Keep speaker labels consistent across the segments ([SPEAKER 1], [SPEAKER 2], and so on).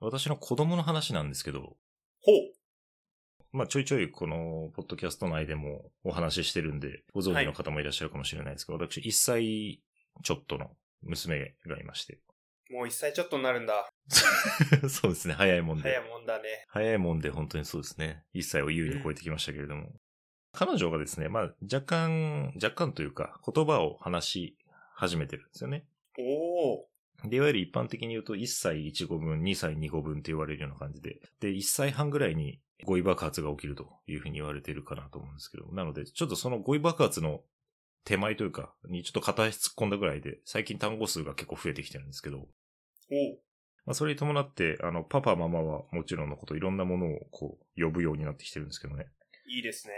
[SPEAKER 1] 私の子供の話なんですけど、
[SPEAKER 2] ほう。
[SPEAKER 1] まあちょいちょいこのポッドキャスト内でもお話ししてるんで、ご存知の方もいらっしゃるかもしれないですけど、私1歳ちょっとの娘がいま して。
[SPEAKER 2] もう一歳ちょっとになるんだ。
[SPEAKER 1] そうですね、早いもんで。
[SPEAKER 2] 早いもんだね。
[SPEAKER 1] 早いもんで本当にそうですね。1歳を優に超えてきましたけれども。彼女がですね、まあ、若干、若干というか、言葉を話し始めてるんですよね。
[SPEAKER 2] おお。
[SPEAKER 1] で、いわゆる一般的に言うと、1歳1語分、2歳2語分って言われるような感じで、で、1歳半ぐらいに語彙爆発が起きるというふうに言われてるかなと思うんですけど、なので、ちょっとその語彙爆発の手前というか、にちょっと片足突っ込んだぐらいで、最近単語数が結構増えてきてるんですけど、
[SPEAKER 2] おう
[SPEAKER 1] まあ、それに伴って、あの、パパ、ママはもちろんのこと、いろんなものをこう、呼ぶようになってきてるんですけどね。
[SPEAKER 2] いいですね。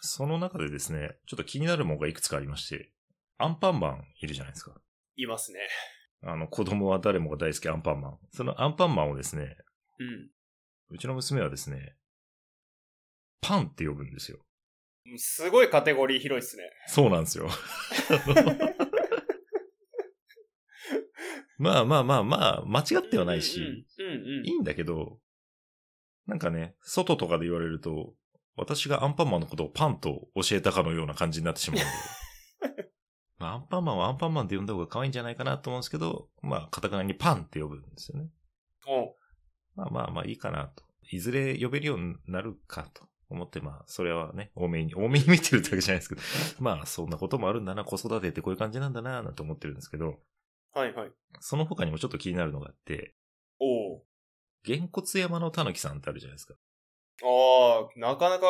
[SPEAKER 1] その中でですね、ちょっと気になるものがいくつかありまして、アンパンマンいるじゃないですか。
[SPEAKER 2] いますね。
[SPEAKER 1] あの、子供は誰もが大好きアンパンマン。そのアンパンマンをですね、
[SPEAKER 2] うん。
[SPEAKER 1] うちの娘はですね、パンって呼ぶんですよ。
[SPEAKER 2] すごいカテゴリー広いっすね。
[SPEAKER 1] そうなん ですよ。まあまあまあまあ、間違ってはないし、
[SPEAKER 2] うんうんうんうん。
[SPEAKER 1] いいんだけど、なんかね、外とかで言われると、私がアンパンマンのことをパンと教えたかのような感じになってしまうんで。 まあ、アンパンマンはアンパンマンで呼んだ方が可愛いんじゃないかなと思うんですけど、まあ、カタカナにパンって呼ぶんですよね。
[SPEAKER 2] おう
[SPEAKER 1] まあまあまあいいかなと。いずれ呼べるようになるかと思って、まあ、それはね、多めに、多めに見てるだけじゃないですけど、まあ、そんなこともあるんだな、子育てってこういう感じなんだな、なんて思ってるんですけど、
[SPEAKER 2] はいはい。
[SPEAKER 1] その他にもちょっと気になるのがあって、
[SPEAKER 2] おう
[SPEAKER 1] げんこつ山のたぬきさんってあるじゃないですか。
[SPEAKER 2] ああ、なかなか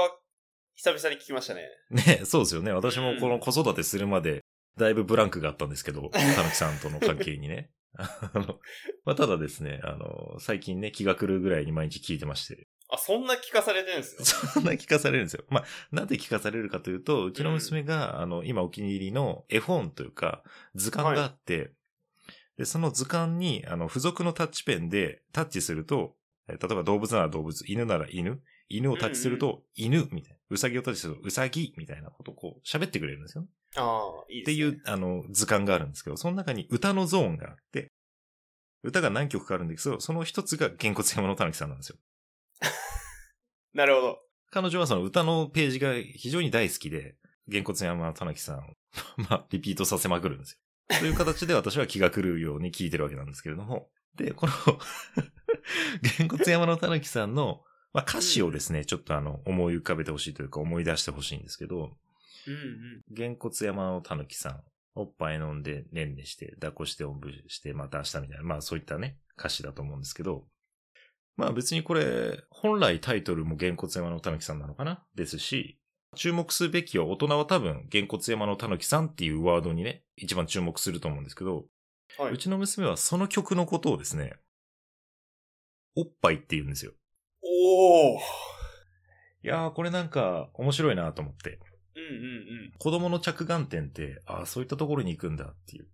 [SPEAKER 2] 久々に聞きましたね。
[SPEAKER 1] ね、そうですよね。私もこの子育てするまで、だいぶブランクがあったんですけど、たぬきさんとの関係にね。 あの、まあ、ただですね、あの、最近ね、気が狂うぐらいに毎日聞いてまして、
[SPEAKER 2] あ、そんな聞かされてるんですよ。
[SPEAKER 1] そんな聞かされるんですよ。まあ、なんで聞かされるかというと、うちの娘が、あの、今お気に入りの絵本というか、図鑑があって、で、その図鑑に、あの、付属のタッチペンでタッチすると、え例えば動物なら動物、犬なら犬、犬をタッチすると、犬、みたいな。うさぎをタッチすると、うさぎ、みたいなことをこう、喋ってくれるんですよね。
[SPEAKER 2] ああ、いい
[SPEAKER 1] って
[SPEAKER 2] です
[SPEAKER 1] い
[SPEAKER 2] ね。
[SPEAKER 1] う、あの、図鑑があるんですけど、その中に歌のゾーンがあって、歌が何曲かあるんですけど、その一つが、げんこつ山のたぬきさんなんですよ。
[SPEAKER 2] なるほど。
[SPEAKER 1] 彼女はその歌のページが非常に大好きで、げんこつ山のたぬきさんを、 まあ、リピートさせまくるんですよ。という形で私は気が狂うように聞いてるわけなんですけれども、で、この、 げんこつ山のたぬきさんの、まあ、歌詞をですね、ちょっとあの、思い浮かべてほしいというか、思い出してほしいんですけど、
[SPEAKER 2] うん
[SPEAKER 1] げんこつ山のたぬきさん。おっぱい飲んで、ねんねして、抱っこして、おんぶして、また明日みたいな、まあそういったね、歌詞だと思うんですけど、まあ別にこれ、本来タイトルもげんこつ山のたぬきさんなのかなですし、注目すべきは大人は多分、げんこつ山のたぬきさんっていうワードにね、一番注目すると思うんですけど、
[SPEAKER 2] うん。は
[SPEAKER 1] う
[SPEAKER 2] い。
[SPEAKER 1] ちの娘はその曲のことをですね、おっぱいって言うんですよ。
[SPEAKER 2] お
[SPEAKER 1] い
[SPEAKER 2] お。
[SPEAKER 1] やーこれなんか面白いなと思って。
[SPEAKER 2] うんうん
[SPEAKER 1] 子供の着眼点って、ああ、そういったところに行くんだっていう。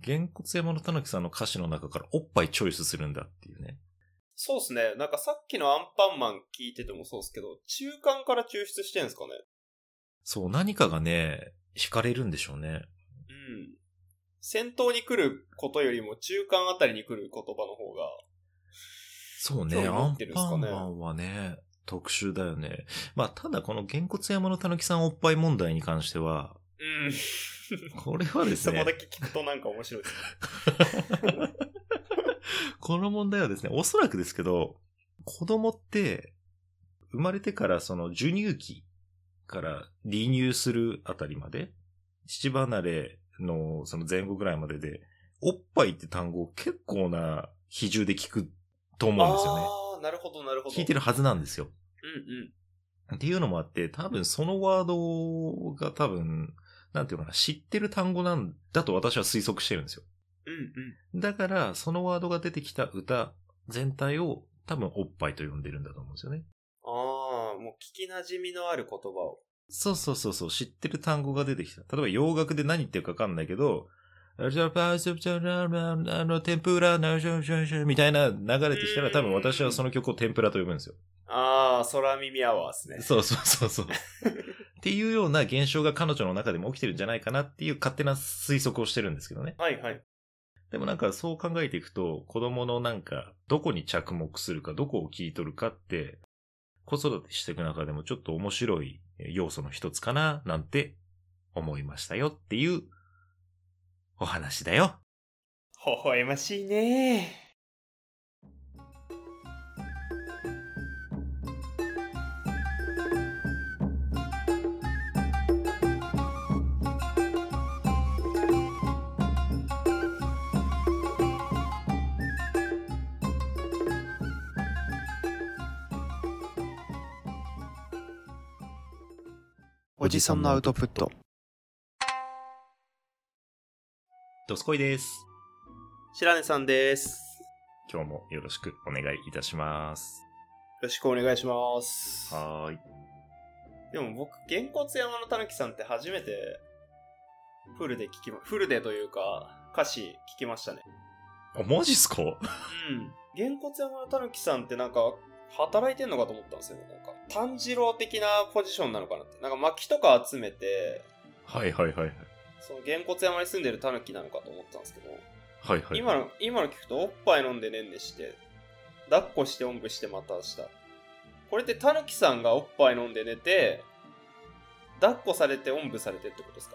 [SPEAKER 1] げんこつ山のたぬきさんの歌詞の中からおっぱいチョイスするんだっていうね。
[SPEAKER 2] そうっすね。なんかさっきのアンパンマン聞いててもそうっすけど、中間から抽出してんすかね。
[SPEAKER 1] そう、何かがね、惹かれるんでしょうね。
[SPEAKER 2] うん。先頭に来ることよりも中間あたりに来る言葉の方が。
[SPEAKER 1] そうね、
[SPEAKER 2] 興味
[SPEAKER 1] ア
[SPEAKER 2] 持
[SPEAKER 1] ン
[SPEAKER 2] ってるんす
[SPEAKER 1] パ
[SPEAKER 2] か
[SPEAKER 1] ン
[SPEAKER 2] ね
[SPEAKER 1] マンはね、特殊だよね。まあ、ただこのげんこつ山のたぬきさんおっぱい問題に関しては、
[SPEAKER 2] うん。
[SPEAKER 1] これはです
[SPEAKER 2] そこ
[SPEAKER 1] ね
[SPEAKER 2] だ、け聞くとなんか面白いですね。
[SPEAKER 1] この問題はですね、おそらくですけど、子供って、生まれてからその授乳期から離乳するあたりまで、父離れのその前後ぐらいまでで、おっぱいって単語を結構な比重で聞くと思うんですよね。
[SPEAKER 2] ああ、なるほど、なるほど。
[SPEAKER 1] 聞いて
[SPEAKER 2] る。
[SPEAKER 1] るはずなんですよ。
[SPEAKER 2] うんうん。
[SPEAKER 1] っていうのもあって、多分そのワードが多分、なんていうのかな、知ってる単語なんだと私は推測してるんですよ。
[SPEAKER 2] うんうん。
[SPEAKER 1] だから、そのワードが出てきた歌全体を多分おっぱいと呼んでるんだと思うんですよね。
[SPEAKER 2] ああ、もう聞き馴染みのある言葉を。
[SPEAKER 1] そうそうそうそう、知ってる単語が出てきた。例えば洋楽で何言ってるかわかんないけど、天ぷら、みたいな流れてきたら多分私はその曲を天ぷらと呼ぶんですよ。
[SPEAKER 2] ああ、空耳アワーですね。
[SPEAKER 1] そうそうそうそう。っていうような現象が彼女の中でも起きてるんじゃないかなっていう勝手な推測をしてるんですけどね。
[SPEAKER 2] はいはい。
[SPEAKER 1] でもなんかそう考えていくと、子供のなんか、どこに着目するか、どこを切り取るかって、子育てしていく中でもちょっと面白い要素の一つかな、なんて思いましたよっていうお話だよ。
[SPEAKER 2] 微笑ましいね
[SPEAKER 1] おじさんのアウト
[SPEAKER 3] プット。
[SPEAKER 1] ドスコイです。
[SPEAKER 2] 白根さんです。
[SPEAKER 1] 今日もよろしくお願いいたします。
[SPEAKER 2] よろしくお願いします。
[SPEAKER 1] はーい。
[SPEAKER 2] でも僕、げんこつ山のたぬきさんって初めて、フルで聞きま、フルでというか、歌詞聞きましたね。
[SPEAKER 1] あ、マジっすか
[SPEAKER 2] うん。げんこつ山のたぬきさんってなんか、働いてんのかと思ったんですよね。なんか、炭治郎的なポジションなのかなって。なんか薪とか集めて、
[SPEAKER 1] はいはいはいはい。
[SPEAKER 2] そのげんこつ山に住んでるたぬきなのかと思ったんですけど、
[SPEAKER 1] はいはい。
[SPEAKER 2] 今の、今の聞くと、おっぱい飲んでねんねして、抱っこしておんぶしてまたした。これってたぬきさんがおっぱい飲んで寝て、抱っこされておんぶされてってことですか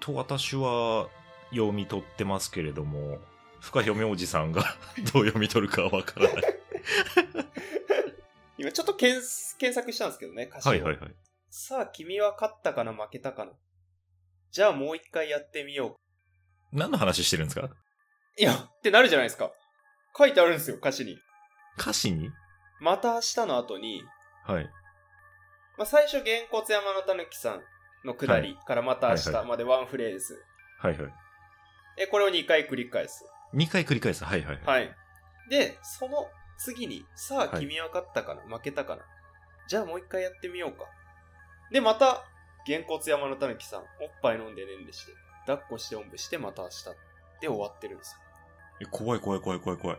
[SPEAKER 1] と私は読み取ってますけれども、深読みおじさんが どう読み取るかはわからない。
[SPEAKER 2] 今ちょっと検検索したんですけどね、歌詞を
[SPEAKER 1] はいはいはい。
[SPEAKER 2] さあ、君は勝ったかな、負けたかな。じゃあもう一回やってみよ
[SPEAKER 1] 何の話してるんですか
[SPEAKER 2] う。いや、ってなるじゃないですか。書いてあるんですよ、歌詞に。
[SPEAKER 1] 歌詞に
[SPEAKER 2] また明日の後に、
[SPEAKER 1] はい。
[SPEAKER 2] まあ、最初、げんこつ山のたぬきさんの下りからまた明
[SPEAKER 1] はいはい
[SPEAKER 2] 日までワンフレーズ。
[SPEAKER 1] はいはい。
[SPEAKER 2] え、これを2回繰り返す。
[SPEAKER 1] 2回繰り返す。はいはい。い、
[SPEAKER 2] はい。で、その次に、さ
[SPEAKER 1] は
[SPEAKER 2] あ、
[SPEAKER 1] い
[SPEAKER 2] 君は勝ったかな、負けたかな。じゃあもう一回やってみようか。で、また、げんこつ山のたぬきさん、おっぱい飲んでねんでして、抱っこしておんぶして、また明日。で終わってるんです
[SPEAKER 1] え
[SPEAKER 2] よ。
[SPEAKER 1] 怖い怖い怖い怖い 怖い。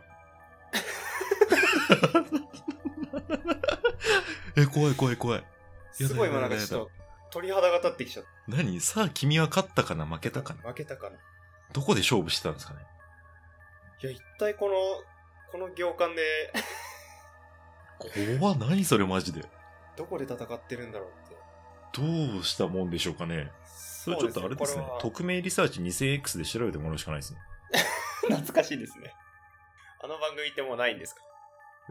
[SPEAKER 1] え、怖い怖い怖い。やだ
[SPEAKER 2] すごい今な
[SPEAKER 1] や
[SPEAKER 2] ん
[SPEAKER 1] だ
[SPEAKER 2] かちょっと鳥肌が立ってきちゃっ
[SPEAKER 1] 何さあ君は勝ったかな負けたかな
[SPEAKER 2] た。負けたかな。い
[SPEAKER 1] どこで勝負してたんですかね
[SPEAKER 2] や、一体この、この行間で、
[SPEAKER 1] 怖っ何それマジで。
[SPEAKER 2] どこで戦ってるんだろうって。
[SPEAKER 1] どうしたもんでしょうかねそれちょっとあれですね。
[SPEAKER 2] これは
[SPEAKER 1] 匿名リサーチ 2000X で調べてもらうしかないですね。
[SPEAKER 2] 懐かしいですね。あの番組ってもうないんですか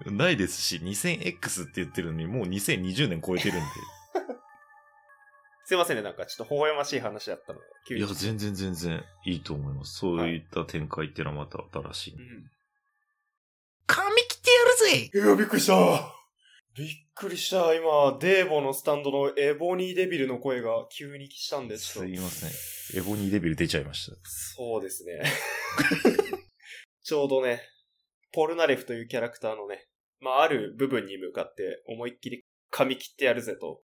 [SPEAKER 1] ないですし、2000X って言ってるのにもう2020年超えてるん
[SPEAKER 2] すいませんね、なんかちょっと微笑ましい話だったの。急
[SPEAKER 1] で。い
[SPEAKER 2] に。
[SPEAKER 1] や、全然全然いいと思います。そういった展開っていうのはまた新しい。
[SPEAKER 2] うん。
[SPEAKER 1] 髪切ってやるぜ
[SPEAKER 2] いや、びっくりした。びっくりした。今、デーボのスタンドのエボニーデビルの声が急にしたんです。
[SPEAKER 1] すいません。エボニーデビル出ちゃいました。
[SPEAKER 2] そうですね。 ちょうどね、ポルナレフというキャラクターのね、まあ、ある部分に向かって思いっきり噛み切ってやるぜと、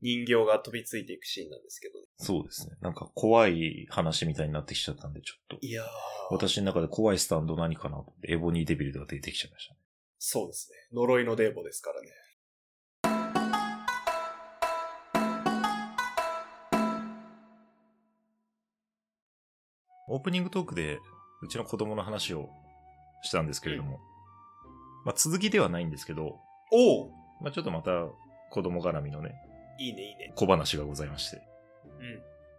[SPEAKER 2] 人形が飛びついていくシーンなんですけど、
[SPEAKER 1] そうですね。なんか怖い話みたいになってきちゃったんで、ちょっと。
[SPEAKER 2] いやー、
[SPEAKER 1] 私の中で怖いスタンド何かなと思ってエボニーデビルが出てきちゃいましたね。
[SPEAKER 2] そうですね。呪いのデーボですからね。
[SPEAKER 1] オープニングトークで、うちの子供の話をしたんですけれども、まあ続きではないんですけど、
[SPEAKER 2] おう
[SPEAKER 1] まあちょっとまた子供絡みのね、
[SPEAKER 2] いいね、いいね。
[SPEAKER 1] 小話がございまして。
[SPEAKER 2] う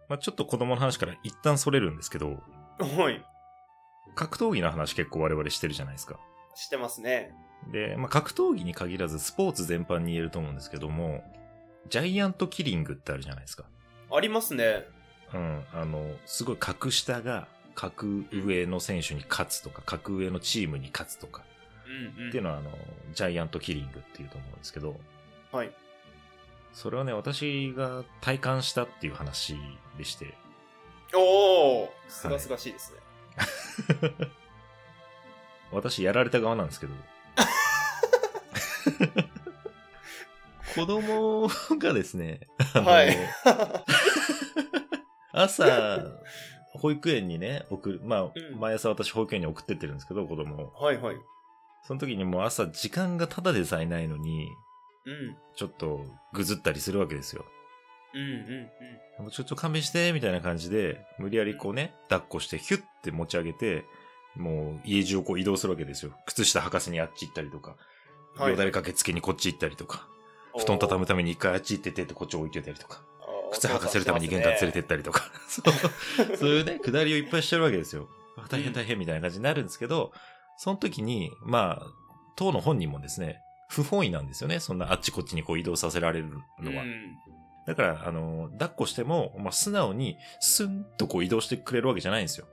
[SPEAKER 1] まあちょっと子供の話から一旦それるんですけど、
[SPEAKER 2] ん。おい、
[SPEAKER 1] 格闘技の話結構我々してるじゃないですか。
[SPEAKER 2] してますね。
[SPEAKER 1] で、まあ格闘技に限らずスポーツ全般に言えると思うんですけども、ジャイアントキリングってあるじゃないですか。
[SPEAKER 2] ありますね。
[SPEAKER 1] うん、あの、すごい格下が格上の選手に勝つとか、格上のチームに勝つとか、
[SPEAKER 2] うん、うん。
[SPEAKER 1] っていうのはあの、ジャイアントキリングっていうと思うんですけど、
[SPEAKER 2] はい。
[SPEAKER 1] それはね、私が体感したっていう話でして、
[SPEAKER 2] おー、すがすがしいですね。
[SPEAKER 1] 私やられた側なんですけど。子供がですね、あの
[SPEAKER 2] はい。
[SPEAKER 1] 朝、保育園にね、送る、まあ、
[SPEAKER 2] うん
[SPEAKER 1] 毎朝私保育園に送ってってるんですけど、子供を。
[SPEAKER 2] はい、はい。
[SPEAKER 1] その時にもう朝時間がただでさえないのに、
[SPEAKER 2] うん。
[SPEAKER 1] ちょっとぐずったりするわけですよ。
[SPEAKER 2] うんうん
[SPEAKER 1] もうちょっと勘弁して、みたいな感じで、無理やりこうね、抱っこしてヒュッて持ち上げて、もう家中をこう移動するわけですよ。靴下履かせにあっち行ったりとか、
[SPEAKER 2] うん。
[SPEAKER 1] よだれかけつけにこっち行ったりとか、
[SPEAKER 2] おー
[SPEAKER 1] 布団畳むために一回あっち行っててってこっち置いてたりとか、 靴履かせるために玄関連 れてっ。たりとか、 そう、そういうね、下りをいっぱいしてるわけですよ。あ大変大変みたいな感じになるんですけど、その時に、まあ、当の本人もですね、不本意なんですよね。そんなあっちこっちにこう移動させられる
[SPEAKER 2] おーそ
[SPEAKER 1] の
[SPEAKER 2] うだ
[SPEAKER 1] は。
[SPEAKER 2] うん
[SPEAKER 1] だから、あの、抱っこしても、まあ、素直に、スンとこう移動してくれるわけじゃないんですよ。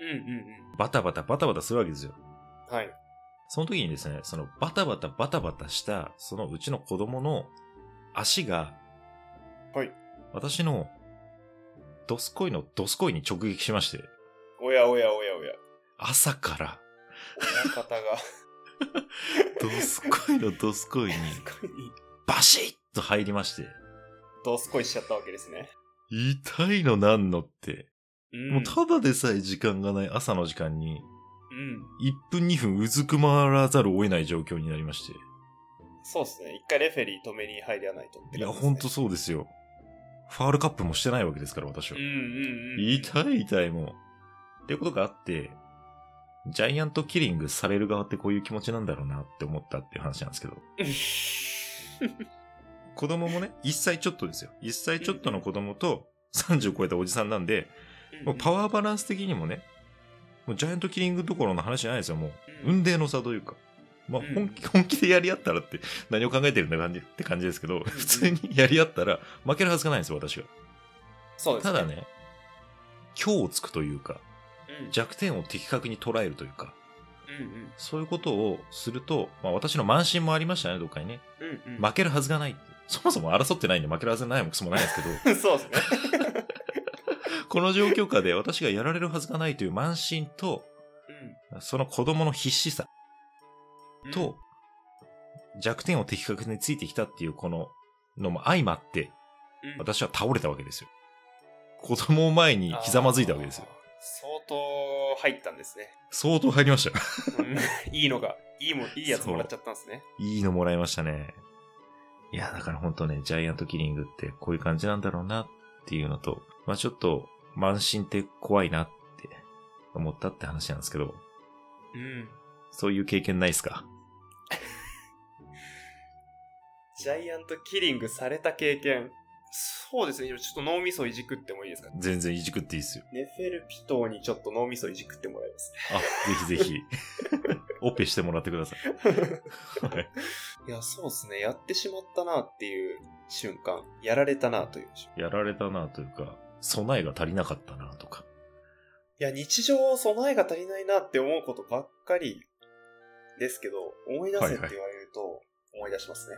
[SPEAKER 2] うんうん
[SPEAKER 1] バタバタバタバタするわけですよ。
[SPEAKER 2] うん。はい。
[SPEAKER 1] その時にですね、そのバタバタバタバタした、そのうちの子供の足が、
[SPEAKER 2] はい。
[SPEAKER 1] 私の、ドスコイのドスコイに直撃しまして、
[SPEAKER 2] おやおやおやおや。
[SPEAKER 1] 朝から、
[SPEAKER 2] 親方 が。
[SPEAKER 1] ドスコイのドスコイに、
[SPEAKER 2] すごい
[SPEAKER 1] バシッと入りまして、
[SPEAKER 2] どすこいしちゃったわけですね。
[SPEAKER 1] 痛いのなんのって、
[SPEAKER 2] うん。
[SPEAKER 1] もうただでさえ時間がない朝の時間に、
[SPEAKER 2] うん。
[SPEAKER 1] 1分2分うずくまらざるを得ない状況になりまして。
[SPEAKER 2] そうですね。一回レフェリー止めに入らないとって
[SPEAKER 1] いや、
[SPEAKER 2] 感じですね
[SPEAKER 1] ほんとそうですよ。ファールカップもしてないわけですから、私は
[SPEAKER 2] うん。うんうん。
[SPEAKER 1] 痛い痛いもう。っていうことがあって、ジャイアントキリングされる側ってこういう気持ちなんだろうなって思ったっていう話なんですけど。子供も ね、1歳ちょっとですよ。1歳ちょっとの子供と30超えたおじさんなんで、もうパワーバランス的にもね、もうジャイアントキリングどころの話じゃないですよ、もう。
[SPEAKER 2] うん
[SPEAKER 1] 運命の差というか、まあ
[SPEAKER 2] うん
[SPEAKER 1] 本気,、 本気でやり合ったらって何を考えてるんだ感じって感じですけど、普通にやり合ったら負けるはずがないんですよ、私は。
[SPEAKER 2] そうです
[SPEAKER 1] ただ。ね、強をつくというか、
[SPEAKER 2] うん
[SPEAKER 1] 弱点を的確に捉えるというか、
[SPEAKER 2] うんうん
[SPEAKER 1] そういうことをすると、まあ私の慢心もありましたね、どっかにね。
[SPEAKER 2] うんうん。
[SPEAKER 1] 負けるはずがないって。そもそも争ってないんで負けるはずないもクソもないん ですけど、
[SPEAKER 2] そうですね。
[SPEAKER 1] この状況下で私がやられるはずがないという慢心と、その子供の必死さ
[SPEAKER 2] うん。
[SPEAKER 1] と、弱点を的確についてきたっていうこののも相まって、
[SPEAKER 2] うん、
[SPEAKER 1] 私は倒れたわけですよ。子供を前にひざまずいたわけですよ
[SPEAKER 2] あ。ー。相当入ったんですね。
[SPEAKER 1] 相当入りました。
[SPEAKER 2] うん いいのが、いいもん、いいやつもらっちゃったんですね。
[SPEAKER 1] いいのもらいましたね。いや、だから本当ね、ジャイアントキリングってこういう感じなんだろうなっていうのと、まあちょっと、慢心って怖いなって思ったって話なんですけど、
[SPEAKER 2] うん。
[SPEAKER 1] そういう経験ないっすか
[SPEAKER 2] ジャイアントキリングされた経験。そうですね。ちょっと脳みそいじくってもいいですか
[SPEAKER 1] 全然いじくっていいっすよ。
[SPEAKER 2] ネフェルピトーにちょっと脳みそいじくってもらいます
[SPEAKER 1] あ、ぜひぜひ、オペしてもらってください。
[SPEAKER 2] ね。
[SPEAKER 1] はい
[SPEAKER 2] いや、そうですね。やってしまったなっていう瞬間。やられたなという瞬間。
[SPEAKER 1] やられたなというか、備えが足りなかったなとか。
[SPEAKER 2] いや、日常備えが足りないなって思うことばっかりですけど、思い出せって言われると思い出しますね。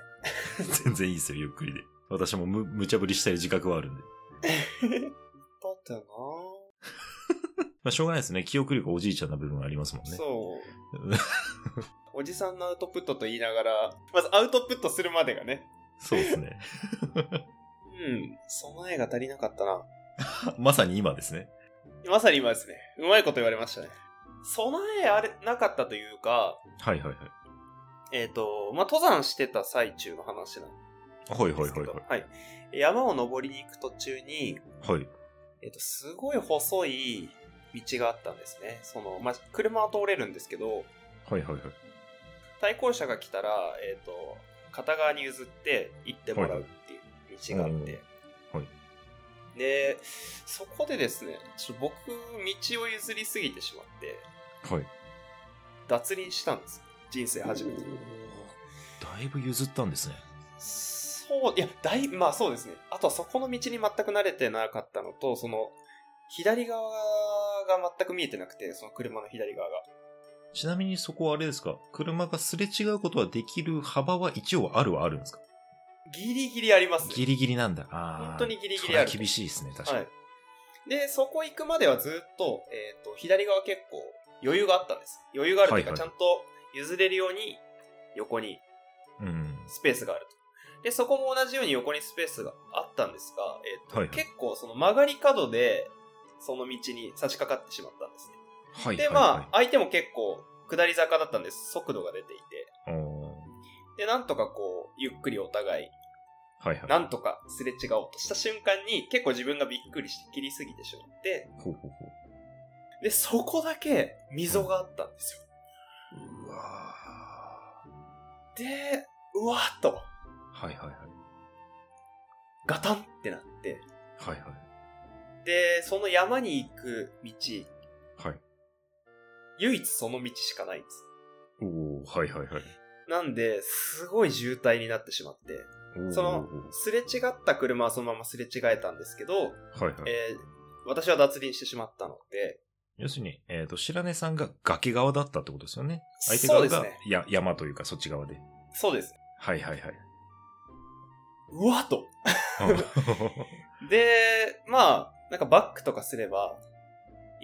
[SPEAKER 1] 全然いいっすよ、ゆっくりで。私もむ、無茶ぶりしたい自覚はあるんで。
[SPEAKER 2] だったよな
[SPEAKER 1] まあ、しょうがないですね。記憶力おじいちゃんな部分はありますもんね。
[SPEAKER 2] そう。
[SPEAKER 1] う。
[SPEAKER 2] おじさんのアウトプットと言いながら、まずアウトプットするまでがね。
[SPEAKER 1] そうですね。
[SPEAKER 2] うん。備えが足りなかったな。
[SPEAKER 1] まさに今ですね。
[SPEAKER 2] まさに今ですね。うまいこと言われましたね。備えあれなかったというか、
[SPEAKER 1] はいはいはい。
[SPEAKER 2] えっ、と、まあ、登山してた最中の話なん
[SPEAKER 1] はい
[SPEAKER 2] で
[SPEAKER 1] はい
[SPEAKER 2] すけ
[SPEAKER 1] はい
[SPEAKER 2] ど、
[SPEAKER 1] は
[SPEAKER 2] はい。山を登りに行く途中に、
[SPEAKER 1] い。はい。
[SPEAKER 2] えっ、と、すごい細い道があったんですね。その、まあ、車は通れるんですけど、
[SPEAKER 1] はいはいはい。
[SPEAKER 2] 対向車が来たら、えっ、と、片側に譲って行ってもらうっていう道があって。
[SPEAKER 1] はいはい
[SPEAKER 2] で、そこでですね、ちょっと僕、道を譲りすぎてしまって、
[SPEAKER 1] はい。
[SPEAKER 2] 脱輪したんです。人生初めて。
[SPEAKER 1] だいぶ譲ったんですね。
[SPEAKER 2] そう、いや、だい、まあそうですね。あとはそこの道に全く慣れてなかったのと、その、左側が全く見えてなくて、その車の左側が。
[SPEAKER 1] ちなみにそこはあれですか車がすれ違うことはできる幅は一応あるはあるんですか
[SPEAKER 2] ギリギリあります。
[SPEAKER 1] ギリギリなんだ。ああ。
[SPEAKER 2] 本当にギリギリある
[SPEAKER 1] それは厳しいですね、確かに。
[SPEAKER 2] はい。で、そこ行くまではずっと、えっ、と、左側結構余裕があったんです。余裕があるというか、
[SPEAKER 1] はいはい
[SPEAKER 2] ちゃんと譲れるように横に
[SPEAKER 1] うん。
[SPEAKER 2] スペースがあると。で、そこも同じように横にスペースがあったんですが、えっ、と、
[SPEAKER 1] はいはい
[SPEAKER 2] 結構その曲がり角で、その道に差し掛かってしまったんですね。
[SPEAKER 1] はい。
[SPEAKER 2] で、まあ、相手も結構下り坂だったんです。速度が出ていて。
[SPEAKER 1] あ。おー
[SPEAKER 2] で、なんとかこう、ゆっくりお互い
[SPEAKER 1] はいはい。
[SPEAKER 2] なんとかすれ違おうとした瞬間に結構自分がびっくりして切りすぎてしまって、
[SPEAKER 1] ほうほうほ
[SPEAKER 2] で、そこだけ溝があったんですよ。
[SPEAKER 1] う。うわー
[SPEAKER 2] で、うわーっと、
[SPEAKER 1] はいはいはい。
[SPEAKER 2] ガタンってなって、
[SPEAKER 1] はいは
[SPEAKER 2] で、その山に行く道、
[SPEAKER 1] い。はい。
[SPEAKER 2] 唯一その道しかないんです。
[SPEAKER 1] おー、はいはいはい。
[SPEAKER 2] なんで、すごい渋滞になってしまって、
[SPEAKER 1] おー
[SPEAKER 2] その、すれ違った車はそのまますれ違えたんですけど、
[SPEAKER 1] はいはい。
[SPEAKER 2] えー私は脱輪してしまったので、
[SPEAKER 1] 要するに、えっ、と、白根さんが崖側だったってことですよね。相手
[SPEAKER 2] そう
[SPEAKER 1] 側
[SPEAKER 2] です
[SPEAKER 1] が、
[SPEAKER 2] ね
[SPEAKER 1] や山というかそっち側で。
[SPEAKER 2] そうです。
[SPEAKER 1] はいはいはい。
[SPEAKER 2] うわっと。
[SPEAKER 1] うん
[SPEAKER 2] で、まあ、なんかバックとかすれば、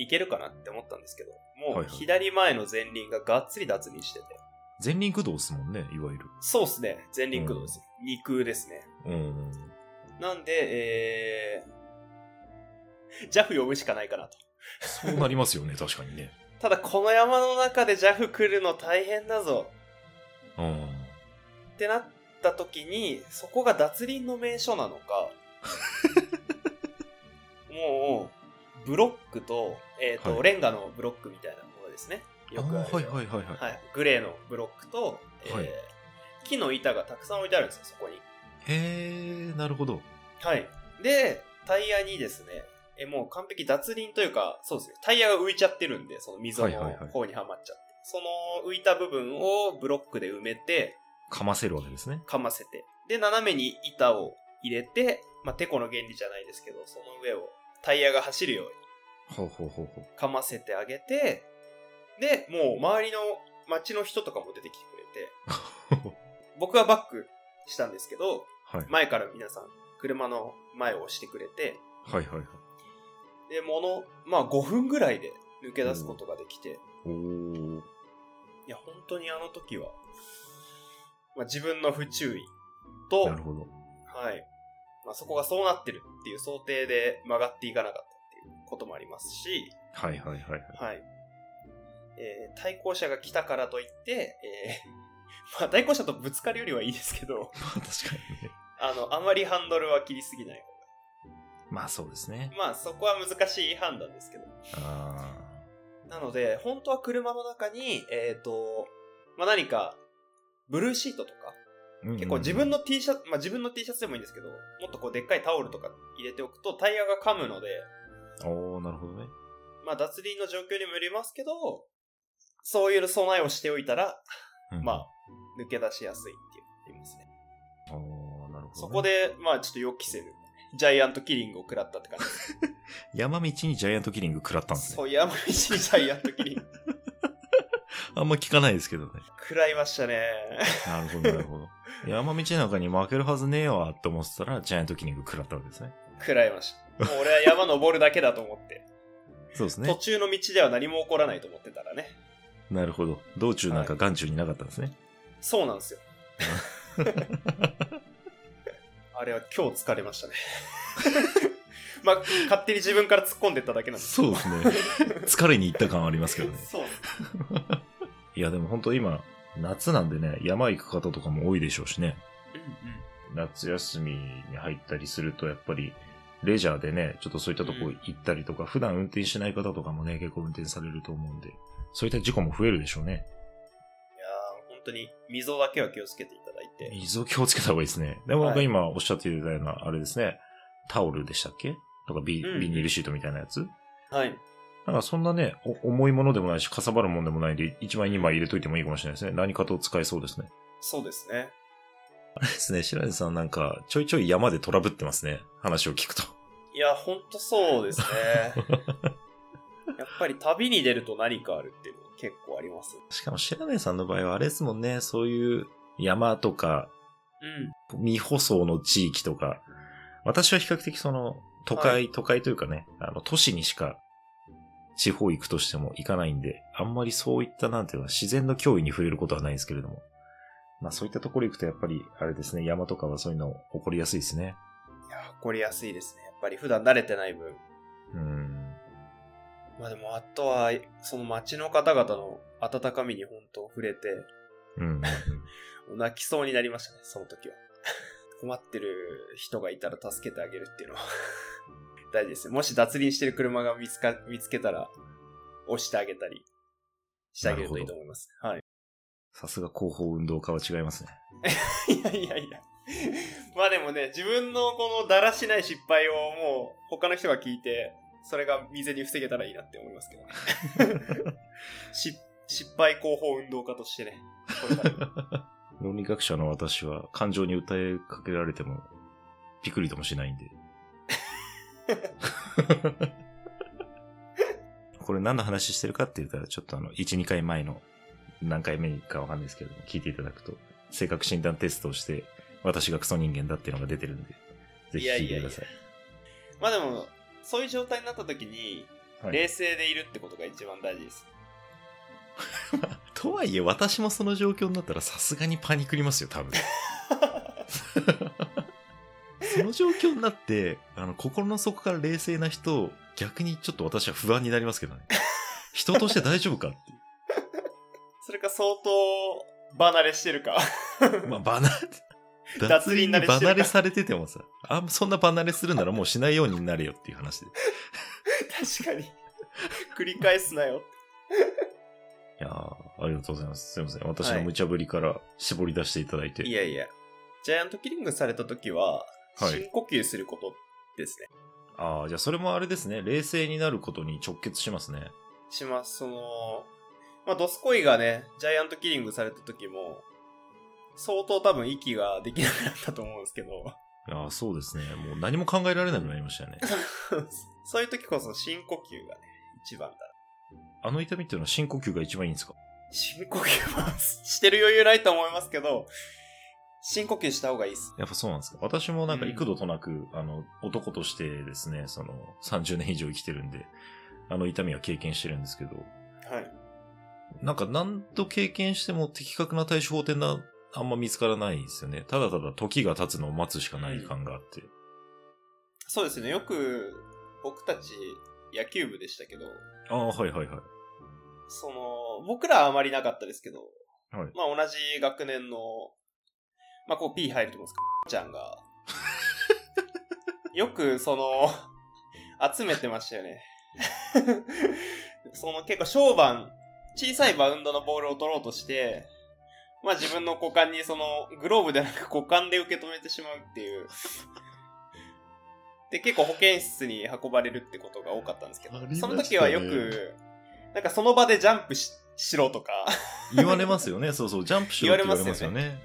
[SPEAKER 2] いけるかなって思ったんですけど、も
[SPEAKER 1] は
[SPEAKER 2] う
[SPEAKER 1] いはい
[SPEAKER 2] 左前の前輪ががっつり脱輪してて、
[SPEAKER 1] 前輪駆動っすもんね、いわゆる。
[SPEAKER 2] そうですね、前輪駆動です。二空ですね。
[SPEAKER 1] うん。
[SPEAKER 2] なんで、えー、JAF 呼ぶしかないかなと。
[SPEAKER 1] そうなりますよね、確かにね。
[SPEAKER 2] ただこの山の中で JAF 来るの大変だぞ
[SPEAKER 1] うん。
[SPEAKER 2] ってなった時に、そこが脱輪の名所なの か、もう、ブロックと、えっ、と、
[SPEAKER 1] はい
[SPEAKER 2] レンガのブロックみたいなものですね。よくあ
[SPEAKER 1] あ
[SPEAKER 2] る
[SPEAKER 1] ーはいはいはいはい。
[SPEAKER 2] はい、グレーのブロックと、えー
[SPEAKER 1] はい
[SPEAKER 2] 木の板がたくさん置いてあるんですよ、そこに。
[SPEAKER 1] へえ、なるほど。
[SPEAKER 2] はい。で、タイヤにですね、えもう完璧脱輪というか、そうですね、タイヤが浮いちゃってるんで、その溝
[SPEAKER 1] は
[SPEAKER 2] の
[SPEAKER 1] いはいはい
[SPEAKER 2] 方にはまっちゃって。その浮いた部分をブロックで埋めて、
[SPEAKER 1] かませるわけですね。
[SPEAKER 2] かませて。で、斜めに板を入れて、まあ、テコの原理じゃないですけど、その上をタイヤが走るように
[SPEAKER 1] ほうほうほうほう。
[SPEAKER 2] かませてあげて、で、もう周りの街の人とかも出てきてくれて、 僕はバックしたんですけど、
[SPEAKER 1] はい。
[SPEAKER 2] 前から皆さん、車の前を押してくれて、
[SPEAKER 1] はいはいはい。
[SPEAKER 2] で、もの、まあ5分ぐらいで抜け出すことができて、
[SPEAKER 1] おー。
[SPEAKER 2] いや、本当にあの時は、まあ自分の不注意と、
[SPEAKER 1] なるほど。
[SPEAKER 2] はい。まあ、そこがそうなってるっていう想定で曲がっていかなかったっていうこともありますし、
[SPEAKER 1] はいはい はいはい。
[SPEAKER 2] はい。えー対向車が来たからといって、えー まあ、対向車とぶつかるよりはいいですけど、
[SPEAKER 1] まあ確かにね。
[SPEAKER 2] あの、あまりハンドルは切りすぎない
[SPEAKER 1] まあそうですね
[SPEAKER 2] 方。が。まあ、そこは難しい判断ですけど。
[SPEAKER 1] あ
[SPEAKER 2] なので、本当は車の中に、えっ、と、まあ、何か、ブルーシートとか、
[SPEAKER 1] ー
[SPEAKER 2] 結構自分
[SPEAKER 1] の。
[SPEAKER 2] の T シャツ、まあ、自分の T シャツでもいいんですけど、もっとこう、でっかいタオルとか入れておくと、タイヤが噛むので、
[SPEAKER 1] おー、なるほどね。
[SPEAKER 2] まあ、脱輪の状況にもよりますけど、そういう備えをしておいたら、
[SPEAKER 1] うん
[SPEAKER 2] まあ、抜け出しやすいっていうのがありますね。
[SPEAKER 1] あーなるほどね、
[SPEAKER 2] そこで、まあ、ちょっと予期せぬ、ジャイアントキリングを食らったって感じです。
[SPEAKER 1] 山道にジャイアントキリング食らったんです
[SPEAKER 2] そ
[SPEAKER 1] ね。
[SPEAKER 2] う、山道にジャイアントキリング
[SPEAKER 1] あんま聞かないですけどね。
[SPEAKER 2] 食らいましたね。
[SPEAKER 1] なるほど、なるほ ど。山道なんかに負けるはずねえわって思ってたら、ジャイアントキリング食らったわけですね。
[SPEAKER 2] 食らい ました。もう俺は山登るだけだと思って、
[SPEAKER 1] そうです
[SPEAKER 2] 途
[SPEAKER 1] ね。
[SPEAKER 2] 中の道では何も起こらないと思ってたらね。
[SPEAKER 1] なるほど。道中なんか眼中になかったんですね。
[SPEAKER 2] そうな んですよ。あれは今日疲れましたね。 まあ、勝手に自分から突っ込んでっただけなんです
[SPEAKER 1] そうですね。 疲れに行った感ありますけどね。
[SPEAKER 2] そうです
[SPEAKER 1] いや、でも本当今、夏なんでね、山行く方とかも多いでしょうしね。夏休みに入ったりすると、やっぱり、レジャーでね、ちょっとそういったとこ行ったりとか、普段運転しない方とかもね、結構運転されると思うんで、そういった事故も増えるでしょうね。
[SPEAKER 2] いやー本当に溝だけは気をつけていただいて。
[SPEAKER 1] 水を気をつけた方がいいですね。でもなんか
[SPEAKER 2] はい
[SPEAKER 1] 今おっしゃっていたような、あれですね、タオルでしたっけとかビ
[SPEAKER 2] うん
[SPEAKER 1] ビニールシートみたいなやつ、
[SPEAKER 2] はい。
[SPEAKER 1] なんかそんなね、お重いものでもないし、かさばるものでもないんで、1枚2枚入れといてもいいかもしれないですね。何かと使えそうですね。
[SPEAKER 2] そうですね。
[SPEAKER 1] あれですね、白根さんなんか、ちょいちょい山でトラブってますね。話を聞くと。
[SPEAKER 2] いや、本当そ うですね。やっぱり旅に出ると何かあるっていうのは結構あります。
[SPEAKER 1] しかも白根さんの場合はあれですもんね、そういう山とか、
[SPEAKER 2] うん。
[SPEAKER 1] 未舗装の地域とか、私は比較的その、都会、
[SPEAKER 2] は
[SPEAKER 1] 都会というかね、あの、都市にしか地方行くとしても行かないんで、あんまりそういったなんていうのは自然の脅威に触れることはないんですけれども。まあそういったところ行くとやっぱり、あれですね、山とかはそういうの起こりやすいですね。
[SPEAKER 2] いや、起こりやすいですね。やっぱり普段慣れてない分。
[SPEAKER 1] うん。
[SPEAKER 2] まあでも、あとは、その街の方々の温かみに本当触れて、
[SPEAKER 1] うん。
[SPEAKER 2] 泣きそうになりましたね、その時は。 困ってる人がいたら助けてあげるっていうのは 大事ですよ。もし脱輪してる車が見つか、見つけたら、押してあげたり、してあげるといいと思います。はい。
[SPEAKER 1] さすが広報運動家は違いますね。
[SPEAKER 2] いやいやいや。まあでもね、自分のこのだらしない失敗をもう、他の人が聞いて、それが未然に防げたらいいなって思いますけどね。し失敗広報運動家としてね。これからも
[SPEAKER 1] 論理学者の私は感情に訴えかけられても、ピクリともしないんで。これ何の話してるかって言ったら、ちょっとあの、1、2回前の、何回目かわかんないですけど、聞いていただくと、性格診断テストをして、私がクソ人間だっていうのが出てるんで、ぜひ聞いてください。
[SPEAKER 2] まあでも、そういう状態になった時に、
[SPEAKER 1] はい
[SPEAKER 2] 冷静でいるってことが一番大事です。
[SPEAKER 1] とはいえ、私もその状況になったらさすがにパニクりますよ、多 分。その状況になって、あの、心の底から冷静な人、逆にちょっと私は不安になりますけどね。人として大丈夫かっていう
[SPEAKER 2] それか相当離れしてるか。
[SPEAKER 1] まあ、離れ、
[SPEAKER 2] 脱輪慣れしてるから
[SPEAKER 1] 離れされててもさ、あんまそんな離れするならもうしないようになれよっていう話で。い
[SPEAKER 2] 確かに。 繰り返すなよ。
[SPEAKER 1] やー、ありがとうございます。すいません。私の無茶ぶりから絞り出していただいて。
[SPEAKER 2] いやいや。ジャイアントキリングされた時は、
[SPEAKER 1] はい
[SPEAKER 2] 深呼吸することですね。
[SPEAKER 1] ああ、じゃあそれもあれですね。冷静になることに直結しますね。
[SPEAKER 2] します。その、まあ、ドスコイがね、ジャイアントキリングされた時も、相当多分息ができなくなったと思うんですけど、
[SPEAKER 1] いやーそうですね。もう何も考えられなくなりましたよね。
[SPEAKER 2] そういう時こそ深呼吸がね、一番だ。
[SPEAKER 1] あの痛みっていうのは深呼吸が一番いいんですか
[SPEAKER 2] 深呼吸は してる余裕ないと思いますけど、深呼吸した方がいいです。
[SPEAKER 1] やっぱそうなんですか私もなんか
[SPEAKER 2] うん
[SPEAKER 1] 幾度となく、あの、男としてですね、その、30年以上生きてるんで、あの痛みは経験してるんですけど、
[SPEAKER 2] はい。
[SPEAKER 1] なんか何度経験しても的確な対処法ってな、あんま見つからないですよね。ただただ時が経つのを待つしかない感があって。
[SPEAKER 2] そうですね、よく僕たち野球部でしたけど、
[SPEAKER 1] ああ、はいはいはい。
[SPEAKER 2] その、僕らはあまりなかったですけど、
[SPEAKER 1] はい
[SPEAKER 2] まあ同じ学年の、まあこう P 入ると思うんですけど、ちゃ んが、よくその、集めてましたよね。 その結構小盤、小さいバウンドのボールを取ろうとして、まあ自分の股間にそのグローブではなく股間で受け止めてしまうっていう。で、結構保健室に運ばれるってことが多かったんですけど
[SPEAKER 1] ありま、した
[SPEAKER 2] そ
[SPEAKER 1] ね
[SPEAKER 2] の時はよく、なんかその場でジャンプししろとか、
[SPEAKER 1] 言われますよね。そうそう、ジャンプしろって言われますよね。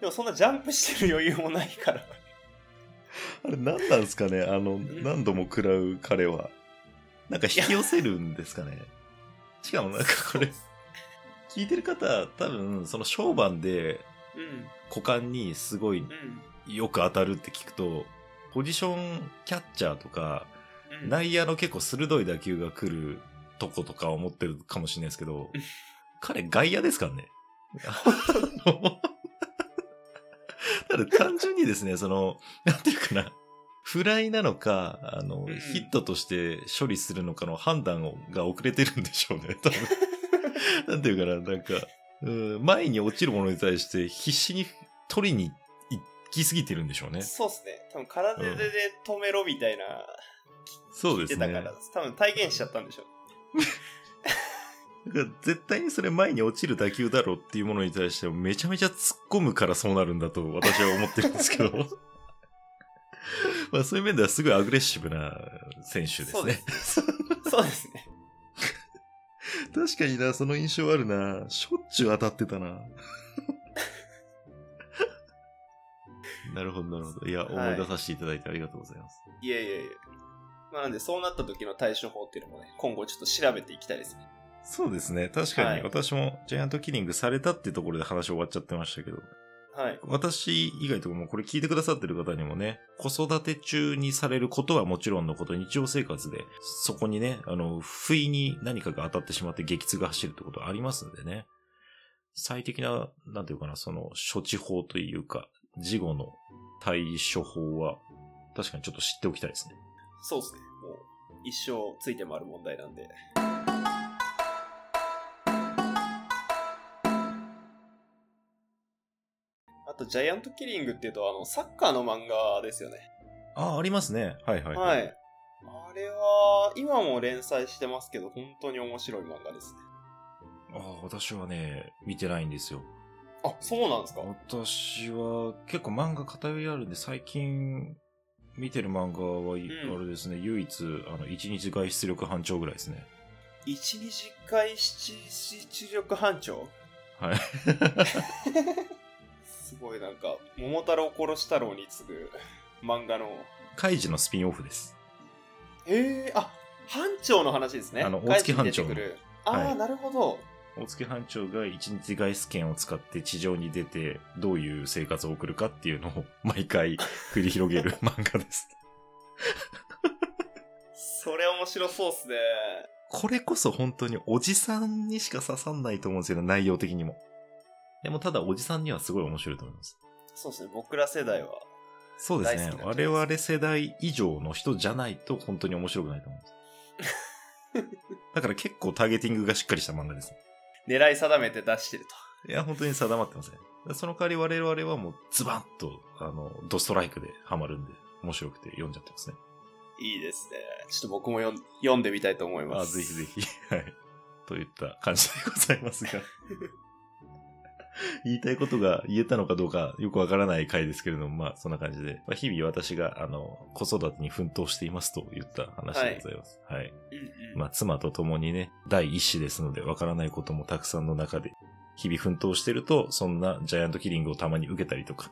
[SPEAKER 2] でもそんなジャンプしてる余裕もないから。
[SPEAKER 1] うん。あれ何なんですかねあの、
[SPEAKER 2] 何
[SPEAKER 1] 度も食らう彼は。なんか引き寄せるんですかねしかもなんかこれ、聞いてる方、多分、その小判で
[SPEAKER 2] うん、
[SPEAKER 1] 股間にすごい
[SPEAKER 2] うん、
[SPEAKER 1] よく当たるって聞くと、ポジションキャッチャーとか、
[SPEAKER 2] うん。
[SPEAKER 1] 内野の結構鋭い打球が来るとことか思ってるかもしれないですけど
[SPEAKER 2] うん、
[SPEAKER 1] 彼外野ですから ね。あのただ単純にですね、その、なんていうかな、フライなのか、あの、
[SPEAKER 2] うん
[SPEAKER 1] ヒットとして処理するのかの判断をが遅れてるんでしょうね、多分。なんていうかな、なんか、うん、前に落ちるものに対して必死に取りに行き過ぎてるんでしょうね。
[SPEAKER 2] そうっすね。多分体で止めろみたいな、
[SPEAKER 1] そうで
[SPEAKER 2] 言って
[SPEAKER 1] す
[SPEAKER 2] た
[SPEAKER 1] ね。
[SPEAKER 2] から、多分体現しちゃったんでしょう。
[SPEAKER 1] だから絶対にそれ前に落ちる打球だろっていうものに対してめちゃめちゃ突っ込むからそうなるんだと私は思ってるんですけ ど。 まあそういう面ではすごいアグレッシブな選手です
[SPEAKER 2] そうで
[SPEAKER 1] ね。
[SPEAKER 2] すね。そうですね。
[SPEAKER 1] 確かにな、その印象あるな。しょっちゅう当たってた な。なるほど、なるほど。いや、
[SPEAKER 2] はい
[SPEAKER 1] 思い出させていただいてありがとうございます。
[SPEAKER 2] いやいやいや。まあなんで、そうなった時の対処法っていうのもね、今後ちょっと調べていきたいですね。
[SPEAKER 1] そうですね。確か
[SPEAKER 2] は
[SPEAKER 1] に
[SPEAKER 2] い
[SPEAKER 1] 私もジャイアントキリングされたってところで話終わっちゃってましたけど、
[SPEAKER 2] はい。
[SPEAKER 1] 私以外とかもこれ聞いてくださってる方にもね、子育て中にされることはもちろんのこと、日常生活で、そこにね、あの、不意に何かが当たってしまって激痛が走るってことありますんでね。最適な、なんていうかな、その、処置法というか、事後の対処法は、確かにちょっと知っておきたいですね。
[SPEAKER 2] そうですね。もう、一生ついて回る問題なんで。あとジャイアントキリングっていうと、あの、サッカーの漫画ですよね。
[SPEAKER 1] あ、ありますね。はいはい。
[SPEAKER 2] はい。あれは、今も連載してますけど、本当に面白い漫画ですね。
[SPEAKER 1] ああ、私はね、見てないんですよ。
[SPEAKER 2] あ、そうなんですか
[SPEAKER 1] 私は結構漫画偏りあるんで、最近見てる漫画は、
[SPEAKER 2] ん
[SPEAKER 1] あれですね、唯一、あの、一日外出力班長ぐらいですね。
[SPEAKER 2] 一二次会七七力班長
[SPEAKER 1] はい。
[SPEAKER 2] すごいなんか、桃太郎殺し太郎に次ぐ漫画の。
[SPEAKER 1] カイジのスピンオフです。
[SPEAKER 2] ええあ、班長の話ですね。
[SPEAKER 1] あの
[SPEAKER 2] 怪人
[SPEAKER 1] 大月班長
[SPEAKER 2] に
[SPEAKER 1] の
[SPEAKER 2] 出てくるああ、
[SPEAKER 1] はい
[SPEAKER 2] なるほど。
[SPEAKER 1] 大月班長が一日外出券を使って地上に出て、どういう生活を送るかっていうのを毎回 繰り広げ る漫画です。
[SPEAKER 2] それ面白そうっすね。
[SPEAKER 1] これこそ本当におじさんにしか刺さんないと思うんですよね、内容的にも。でもただおじさんにはすごい面白いと思います。
[SPEAKER 2] そうですね、僕ら世代は。
[SPEAKER 1] そうです
[SPEAKER 2] 大
[SPEAKER 1] ね
[SPEAKER 2] 好き。な人
[SPEAKER 1] 我
[SPEAKER 2] です
[SPEAKER 1] 々世代以上の人じゃないと本当に面白くないと思います。 だから結構ターゲティングがしっかりした漫画です。
[SPEAKER 2] 狙い定めて出してると。
[SPEAKER 1] いや、本当に定まってません。その代わり我々はもうズバッと、あの、ドストライクでハマるんで、面白くて読んじゃってますね。
[SPEAKER 2] いいですね。ちょっと僕もよん読んでみたいと思いま
[SPEAKER 1] あ、
[SPEAKER 2] す。
[SPEAKER 1] ぜひぜひ。はい。といった感じでござい ますが。言いたいことが言えたのかどうかよくわからない回ですけれども、まあそんな感じで、まあ、日々私があの子育てに奮闘していますと言った話でございます。はい。
[SPEAKER 2] ひ。うんうん
[SPEAKER 1] まあ妻と共にね、第一子ですのでわからないこともたくさんの中で、日々奮闘してると、そんなジャイアントキリングをたまに受けたりとか、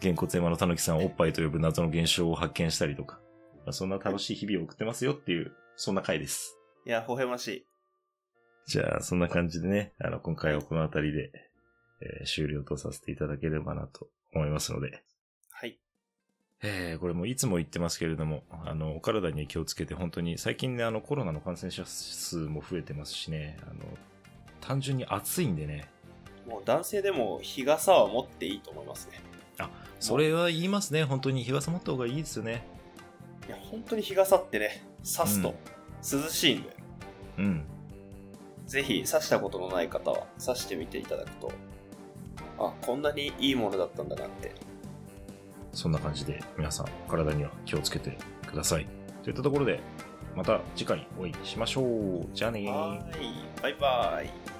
[SPEAKER 1] 原骨山のたぬきさんをおっぱいと呼ぶ謎の現象を発見したりとか、まあ、そんな楽しい日々を送ってますよっていう、そんな回です。
[SPEAKER 2] いや、微笑ましい。
[SPEAKER 1] じゃあ、そんな感じでね、あの、今回はこの辺りで、えー終了とさせていただければなと思いますので。
[SPEAKER 2] はい。
[SPEAKER 1] えー、これもいつも言ってますけれども、あの、お体に気をつけて、本当に、最近ね、あの、コロナの感染者数も増えてますしね、あの、単純に暑いんでね、
[SPEAKER 2] もう男性でも日傘は持っていいと思いますね。
[SPEAKER 1] それは言いますね、本当に日傘持った方がいいですよね。
[SPEAKER 2] いや、本当に日傘ってね、差すと涼しいんで、
[SPEAKER 1] うん。
[SPEAKER 2] ぜひ差したことのない方は差してみていただくと、あ、こんなにいいものだったんだなって。
[SPEAKER 1] そんな感じで、皆さん、お体には気をつけてください。といったところで、また次回お会いしましょう。じゃあねー。
[SPEAKER 2] はーい、バイバイ。